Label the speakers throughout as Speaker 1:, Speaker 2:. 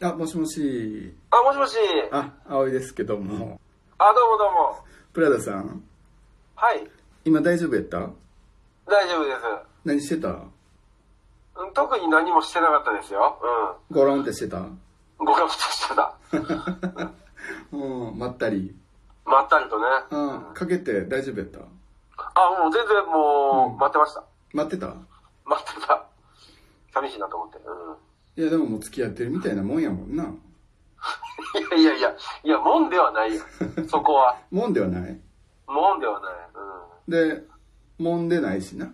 Speaker 1: あ、もしもし。
Speaker 2: あ、もしもし。
Speaker 1: あ、葵ですけども。
Speaker 2: あ、どうもどうも。
Speaker 1: プラダさん、
Speaker 2: はい。
Speaker 1: 今大丈夫やった
Speaker 2: 大丈夫です。
Speaker 1: 何してた
Speaker 2: うん特に何もしてなかったですよ。
Speaker 1: ゴロンってしてた
Speaker 2: うん。ごかぶとしてた。
Speaker 1: うん、まったり。
Speaker 2: まったりとね。
Speaker 1: あ、かけて大丈夫やった
Speaker 2: あ、もう全然もう、待ってました。
Speaker 1: 待ってた
Speaker 2: 待ってた。寂しいなと思って。う
Speaker 1: いや、でももう付き合ってるみたいなもんやもんな。
Speaker 2: ん。いやいやいや、いや、もんではないよ。そこは。
Speaker 1: もんではない。
Speaker 2: もんではない。
Speaker 1: で、もんでないしな。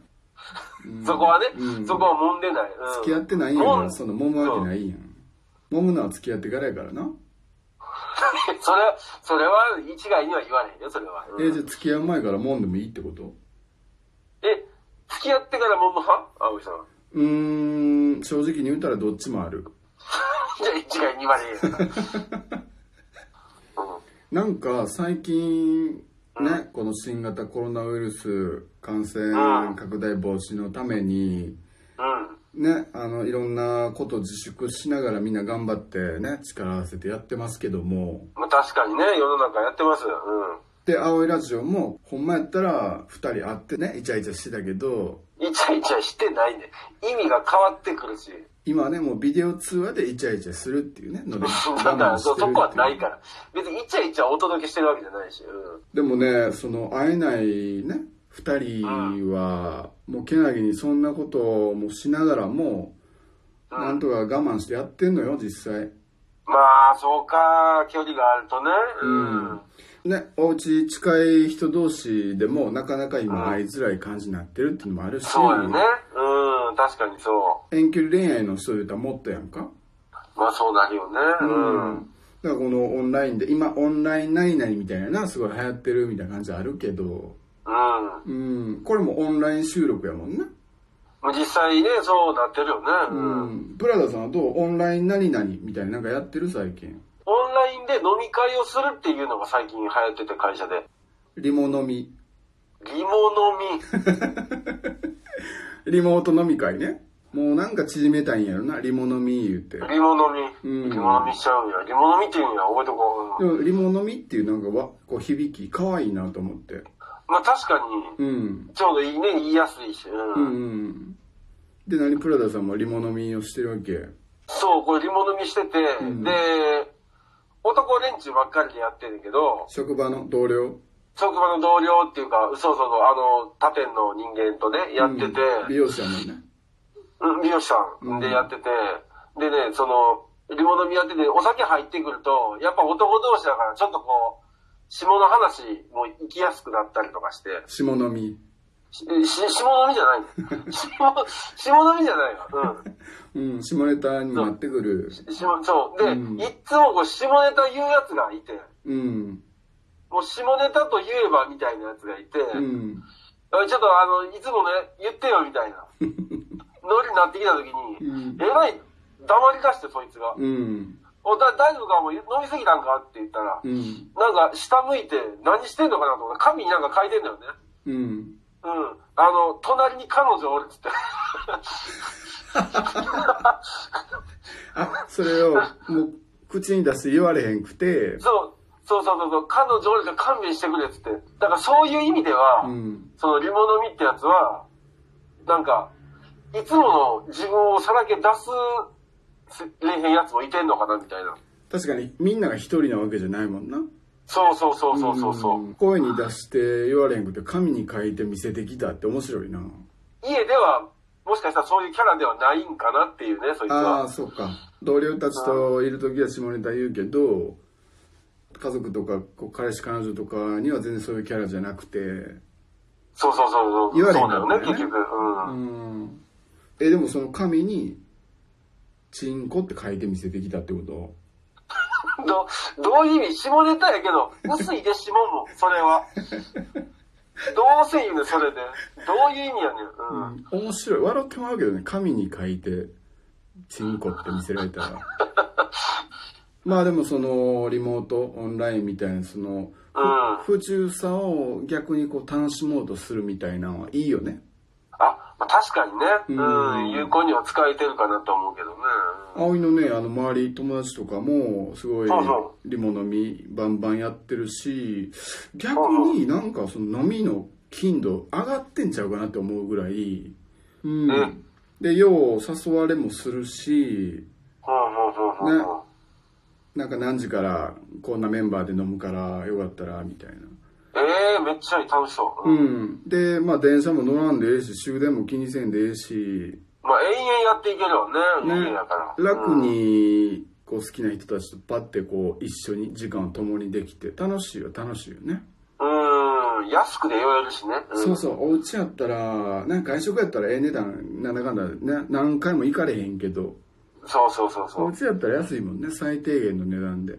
Speaker 2: うん。そこはね、
Speaker 1: うん
Speaker 2: そこはもんでない。うん、
Speaker 1: 付き合ってないんやか
Speaker 2: も
Speaker 1: ら、
Speaker 2: ん
Speaker 1: その、揉むわけないやん。揉むのは付き合ってからやからな。
Speaker 2: それ、それは一概には言わないよ、それは。うん
Speaker 1: え、じゃあ付き合う前からもんでもいいってこと
Speaker 2: え、付き合ってからもんの派青井さん。
Speaker 1: うーん、正直に言うたらどっちもある。
Speaker 2: じゃあ一概に言われへんよ。うん
Speaker 1: なんか最近ね、この新型コロナウイルス感染拡大防止のために、
Speaker 2: うん。
Speaker 1: ね、あのいろんなこと自粛しながらみんな頑張ってね力合わせてやってますけども
Speaker 2: まあ、確かにね、世の中やってます。う
Speaker 1: で「青いラジオ」もほんまやったら2人会ってねイチャイチャしてたけど
Speaker 2: ん。イチャイチャしてないね。意味が変わってくるし。
Speaker 1: 今はねもうビデオ通話でイチャイチャするっていうねので
Speaker 2: だか
Speaker 1: 我慢
Speaker 2: ら、
Speaker 1: してる
Speaker 2: そ
Speaker 1: っていう
Speaker 2: そこはないから。別にイチャイチャお届けしてるわけじゃないし。うん。
Speaker 1: でもねその会えないね2人はもうけなげにそんなこともしながらも
Speaker 2: うん
Speaker 1: なんとか我慢してやってんのよ実際
Speaker 2: まあ、そうか、距離があるとね。
Speaker 1: うんねお家近い人同士でもなかなか今会いづらい感じになってるっていうのもあるし
Speaker 2: そうよね。うん、確かにそ
Speaker 1: 遠距離恋愛の人で言ったらもっとやんか
Speaker 2: う。まあ、そうなるよね。うん。
Speaker 1: だからこのオンラインで今オンライン何々みたいななすごい流行ってるみたいな感じあるけど
Speaker 2: うん。
Speaker 1: うんこれもオンライン収録やもんな
Speaker 2: まあ実際ね、そうなってるよね。うん。
Speaker 1: うんプラダさんはどうオンライン何々みたいななんかやってる最近
Speaker 2: オンラインで飲み会をするっていうのが最近流行ってて、会社で。
Speaker 1: リモ飲み
Speaker 2: リモ飲み。
Speaker 1: リモート飲み会ねもうなんか縮めたいんやろなリモ飲み言うて
Speaker 2: リモ飲み。
Speaker 1: うん
Speaker 2: リモ飲みしちゃうんや。リモ飲みっていうんや。覚えとこう。
Speaker 1: でもリモ飲みっていうなんかわこう響き可愛いなと思って
Speaker 2: まあ確かに、
Speaker 1: うん
Speaker 2: ちょうどいいね。言いやすいし。う。
Speaker 1: うんんうんで何プラダさんもリモ飲みをしてるわけ
Speaker 2: そう、これリモ飲みしてて、
Speaker 1: ん
Speaker 2: で、男連中ばっかりでやってるけど、
Speaker 1: 職場の同僚
Speaker 2: 職場の同僚っていうか、そうそうそう、あの、他店の人間とね、やってて、
Speaker 1: うん美容師やもんね
Speaker 2: うん、美容師さんでやってて、でね、その、リモ飲みやってて、お酒入ってくると、やっぱ男同士だから、ちょっとこう、下の話も行きやすくなったりとかして、
Speaker 1: 下飲み
Speaker 2: し、 し下飲みじゃない の下、下飲みじゃないよ。うん。
Speaker 1: うん下ネタになってくる
Speaker 2: 下、そう。で、
Speaker 1: うん
Speaker 2: いっつもこう、下ネタ言うやつがいて、
Speaker 1: うん
Speaker 2: もう下ネタと言えばみたいなやつがいて、
Speaker 1: うん
Speaker 2: おいちょっとあの、いつもね、言ってよみた いな、ノリになってきた時に、
Speaker 1: うん
Speaker 2: えらい黙り出して、そいつが。
Speaker 1: うん
Speaker 2: おだ大丈夫かもう飲みすぎたんかって言ったら、
Speaker 1: うん
Speaker 2: なんか下向いて何してんのかなと思ったら紙になんか書いてんだよね。
Speaker 1: うん
Speaker 2: うん。あの、隣に彼女おるっつって。
Speaker 1: あそれをもう口に出して言われへんくて
Speaker 2: そう、そうそうそうそう、彼女おるから勘弁してくれっつって。だからそういう意味では、
Speaker 1: うん
Speaker 2: そのリモ飲みってやつは、なんか、いつもの自分をさらけ出す、れへんやつもいてんのかなみたいな。
Speaker 1: 確かにみんなが一人なわけじゃないもんな
Speaker 2: そうそうそうそうそうそう。
Speaker 1: ん声に出して言われへんくて紙に書いて見せてきたって面白いな
Speaker 2: 家では、もしかしたらそういうキャラではないんかなっていうね、そいつ
Speaker 1: ああ
Speaker 2: は。
Speaker 1: そうか同僚たちといる時は下ネタ言うけど家族とかこう彼氏彼女とかには全然そういうキャラじゃなくて
Speaker 2: そうそうそうそう。
Speaker 1: 言われへん
Speaker 2: そ
Speaker 1: か
Speaker 2: うだ
Speaker 1: ら
Speaker 2: よ
Speaker 1: ね
Speaker 2: ね、結局。うん
Speaker 1: うんえでもその紙に「チンコ」って書いて見せてきたってこと
Speaker 2: ど、どういう意味下ネタやけど、薄いで下も、それ は。どうせ言うねん、それで。どういう意味やねん。うん。
Speaker 1: 面白い笑ってまうけどね紙に書いて「チンコ」って見せられた らまあでもそのリモートオンラインみたいなその
Speaker 2: うん。
Speaker 1: 不自由さを逆にこう楽しもうとするみたいなのはいいよね
Speaker 2: あ、まあ、確かにね、
Speaker 1: うん
Speaker 2: うん、有効には使えてるかなと思うけどね。
Speaker 1: 葵のねあの周り友達とかもすごい
Speaker 2: そうそ
Speaker 1: リモ飲みバンバンやってるし逆
Speaker 2: うん
Speaker 1: になんかその飲みの頻度上がってんちゃうかなって思うぐらい、うん
Speaker 2: う
Speaker 1: でよう誘われもするし
Speaker 2: うんうんうんうんうん。
Speaker 1: なんか何時からこんなメンバーで飲むからよかったらみたいな
Speaker 2: ええめっちゃいい楽しそう。
Speaker 1: う
Speaker 2: うん、
Speaker 1: んでまあ電車も乗らんでええし終電も気にせんでええし
Speaker 2: まあ、永遠やっていけるよね、
Speaker 1: ね
Speaker 2: 人間やから。
Speaker 1: 楽にこう好きな人たちとパッてこう一緒に時間を共にできて楽しいよ楽しいよね
Speaker 2: うん。うん、安くで酔えるしね。ん
Speaker 1: そうそう、お家やったら、なんか外食やったらええ値段、なんだかんだ、ね、何回も行かれへんけど、
Speaker 2: そうそうそうそ
Speaker 1: お
Speaker 2: う。
Speaker 1: 家やったら安いもんね、最低限の値段で。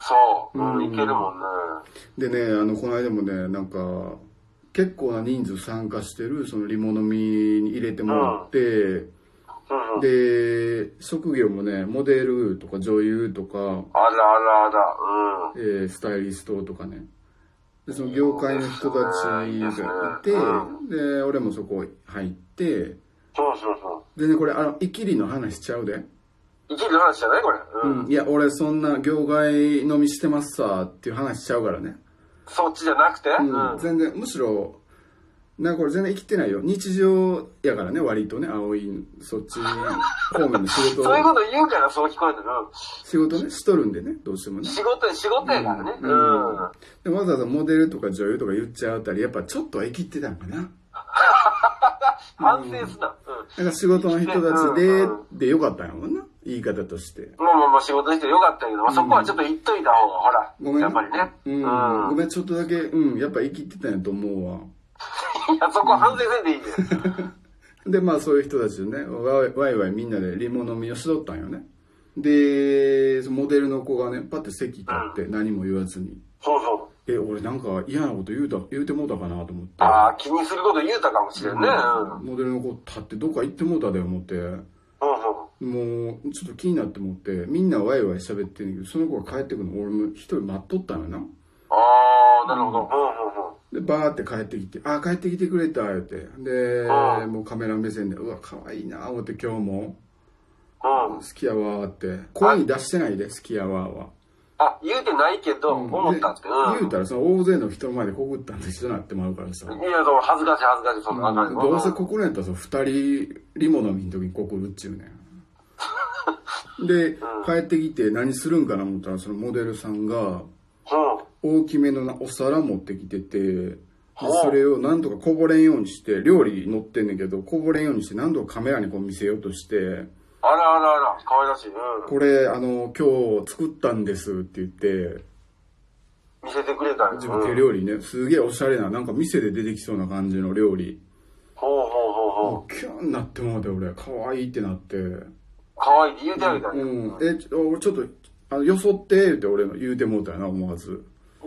Speaker 2: そう、う
Speaker 1: うん
Speaker 2: ん、いけるもんね。
Speaker 1: でね、あの、この間もね、なんか、結構な人数参加してる、そのリモ飲みに入れてもらって、
Speaker 2: うんうん。
Speaker 1: で、職業もね、モデルとか女優とか、
Speaker 2: あらあらあら、うん。
Speaker 1: えースタイリストとかね。で、その業界の人たちがいて、で、俺もそこ入って、
Speaker 2: そうそうそ
Speaker 1: でね、これ、あの、イキリの話しちゃうで。
Speaker 2: う。いける話じゃないこれ。うん。
Speaker 1: うん、いや俺そんな業界飲みしてますさっていう話しちゃうからね、
Speaker 2: そっちじゃなくて、う、
Speaker 1: うんん、全然むしろなんかこれ全然生きてないよ日常やからね割とね青いそっち方面の仕事
Speaker 2: そういうこ
Speaker 1: を
Speaker 2: と言うからそう聞こえてる。
Speaker 1: 仕事ねしとるんでねどうしても
Speaker 2: うん
Speaker 1: ね
Speaker 2: 仕事、仕事やからね。
Speaker 1: う
Speaker 2: うんん。
Speaker 1: でわざわざモデルとか女優とか言っちゃうあたりやっぱちょっとは生きてたんかな
Speaker 2: 反省すな。うん。
Speaker 1: なんか仕事の人たちででよかったんやもんな言い方として
Speaker 2: まあまあまあ仕事してよかったけど、まあ、そこはちょっと言っといた方が、ほら、
Speaker 1: ごめんね
Speaker 2: やっぱりね。
Speaker 1: うん、ごめんちょっとだけうんやっぱ生きてたんやと思うわ
Speaker 2: いや、そこは反省せんでいいで。
Speaker 1: でまあそういう人たちでねわいわいわいみんなでリモ飲みをしとったんよねでそのモデルの子がねパッて席立って何も言わずに
Speaker 2: そうそう。
Speaker 1: 「え俺なんか嫌なこと言うた言うてもうたかな」と思って
Speaker 2: ああ、気にすること言うたかもしれんね。うん。うん、
Speaker 1: モデルの子立ってどっか行ってもうたで思って
Speaker 2: そう。
Speaker 1: もうちょっと気になって思ってみんなワイワイ喋ってんねんけどその子が帰ってくるの俺も一人待っとったのよな
Speaker 2: ああ、なるほど。う
Speaker 1: でバーって帰ってきて「あー帰ってきてくれた」言うてで
Speaker 2: ああ
Speaker 1: もうカメラ目線で「うわ可愛いな」思って今日も。
Speaker 2: ん、うん、うん。うん。
Speaker 1: 好きやわーって声に出してないで好きやわーは、
Speaker 2: あ、言うてないけど、
Speaker 1: うん
Speaker 2: 思ったって。うん。
Speaker 1: で言うたらその大勢の人の前で告ったんと一緒になってもらうからさ、
Speaker 2: いや、そう、恥ずかしい、恥ずかしい、そんな感じ。
Speaker 1: どうせ告るんやったらその2人リモ飲みの時に告るっちゅうね んで帰ってきて何するんかな思ったらそのモデルさんが
Speaker 2: うん。
Speaker 1: 大きめのなお皿持ってきててで
Speaker 2: ほう
Speaker 1: それをなんとかこぼれんようにして料理乗ってんねんけどこぼれんようにして何度かカメラにこう見せようとして
Speaker 2: あらあらあら、可愛らしい。うん。
Speaker 1: これあの今日作ったんですって言って
Speaker 2: 見せてくれたよ。
Speaker 1: 自分手
Speaker 2: うん
Speaker 1: 料理ねすげえおしゃれななんか店で出てきそうな感じの料理
Speaker 2: ほうほうほうほう。
Speaker 1: キュンなってもうて俺可愛いってなってう
Speaker 2: 可愛いって言うてあげたよ。
Speaker 1: んえちょ俺ちょっとあのよそって言って俺の言うてもうたよな思わず、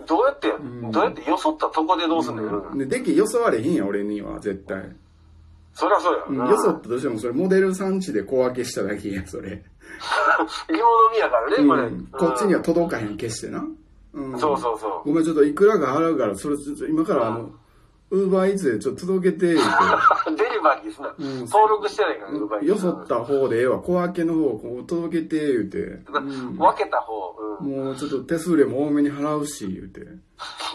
Speaker 2: どうやって、どうやってよそったとこでどうすんのよ。うん
Speaker 1: でできよそわれへんやん俺には絶対、
Speaker 2: そりゃそうや。
Speaker 1: うんよそったとしてもそれモデルさんちで小分けしただけやんそれ、
Speaker 2: リモ飲みやからね、これ。
Speaker 1: うんこっちには届かへん決してな、うん、
Speaker 2: そうそうそう。
Speaker 1: ごめんちょっといくらか払うからそれちょっと今からあのウーバーイーツでちょっと届けて言うて
Speaker 2: デリバリーすな。
Speaker 1: ん
Speaker 2: 登録してないから、うまい
Speaker 1: よそった方でええわ小分けの方こう届けて言うて、
Speaker 2: な
Speaker 1: うん
Speaker 2: 分けた方、うん。
Speaker 1: もうちょっと手数料も多めに払うし、言うて。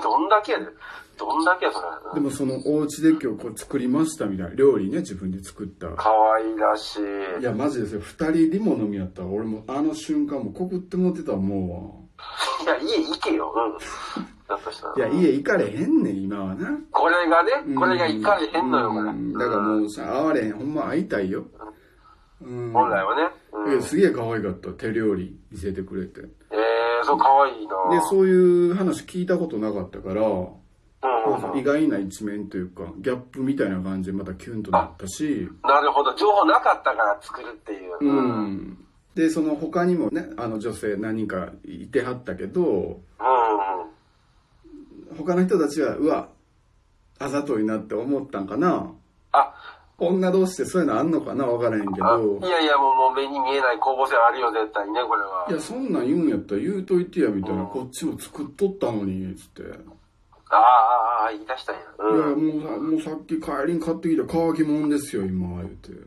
Speaker 2: どんだけやねん。どんだけや、それ。
Speaker 1: でもそのお家で今日こう作りましたみたいな。料理ね、自分で作った。
Speaker 2: 可愛らしい。
Speaker 1: いや、マジですよ。二人リモ飲みやったら、俺もあの瞬間もう告って持ってたも
Speaker 2: いや、家行けよ。うん。だとした
Speaker 1: うわ。
Speaker 2: ら。
Speaker 1: いや、家行かれへんねん、今はな。
Speaker 2: これがね
Speaker 1: うん、
Speaker 2: これが行かれへんのよ、これ。
Speaker 1: うんだからもうさ、会われへん。ほんま会いたいよ。うん。
Speaker 2: 本来はね。う
Speaker 1: い
Speaker 2: ん
Speaker 1: やすげえ可愛かった。手料理見せてくれて。で、
Speaker 2: えー、そう、可愛いな。
Speaker 1: そういう話聞いたことなかったから、
Speaker 2: うんうんうん
Speaker 1: 意外な一面というか、ギャップみたいな感じでまたキュンとなったし、
Speaker 2: なるほど。情報なかったから作るっていう。
Speaker 1: う
Speaker 2: うん。うん
Speaker 1: ん、でその他にもねあの女性何人かいてはったけど他の人たちはうわあざといなって思ったんかな
Speaker 2: あ、
Speaker 1: 女同士でそういうのあんのかな分からへんけ
Speaker 2: あ
Speaker 1: ど。
Speaker 2: いやいや、もうもう目に見えない攻防戦あるよ、絶対にね、これはい
Speaker 1: やそんなん言うんやったら言うといてやみたいな
Speaker 2: うん
Speaker 1: こっちも作っとったのにつって
Speaker 2: ああああ、あ、言い出したんや。
Speaker 1: いや、
Speaker 2: うん。
Speaker 1: もうさ、もうさっき帰りに買ってきた乾きもんですよ、今、言うて。
Speaker 2: も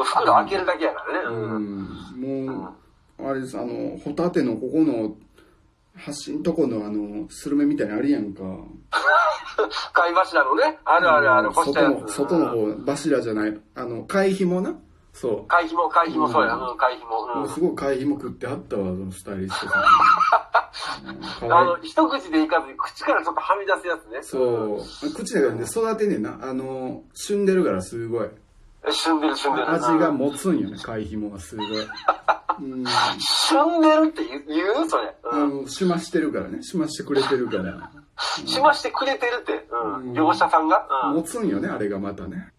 Speaker 2: う袋開けるだけやから
Speaker 1: う
Speaker 2: ね。うん。
Speaker 1: ん。もう、あれです、あの、ホタテのここの、端んとこのあの、スルメみたいなのあるやんか。
Speaker 2: 貝柱のね、あるあるある、干した
Speaker 1: 外
Speaker 2: や
Speaker 1: の、
Speaker 2: つ。
Speaker 1: 外の方、柱じゃない、あの、貝ひもな。そ
Speaker 2: 貝ひも、貝ひも、そうや、
Speaker 1: うん
Speaker 2: うん、貝ひも。
Speaker 1: う。
Speaker 2: う。
Speaker 1: もうんすごい貝ひも食ってはったわ、そのスタイリストさん。う ん
Speaker 2: あ
Speaker 1: 可愛い
Speaker 2: の、一口でいかずに、口からちょっとはみ出すやつね。
Speaker 1: そう。口だからね、育てねえな。あの、旬でるからすごい。
Speaker 2: うん。旬でる、旬でる。
Speaker 1: 味が持つんよね、貝ひもがすごい。うん。
Speaker 2: 旬でるって言う言うそれ。
Speaker 1: あ
Speaker 2: うん。
Speaker 1: の、しましてるからね、しましてくれてるから。
Speaker 2: しましてくれてるって。う
Speaker 1: うん
Speaker 2: ん。業者さんが。うん。
Speaker 1: 持つんよね、あれがまたね。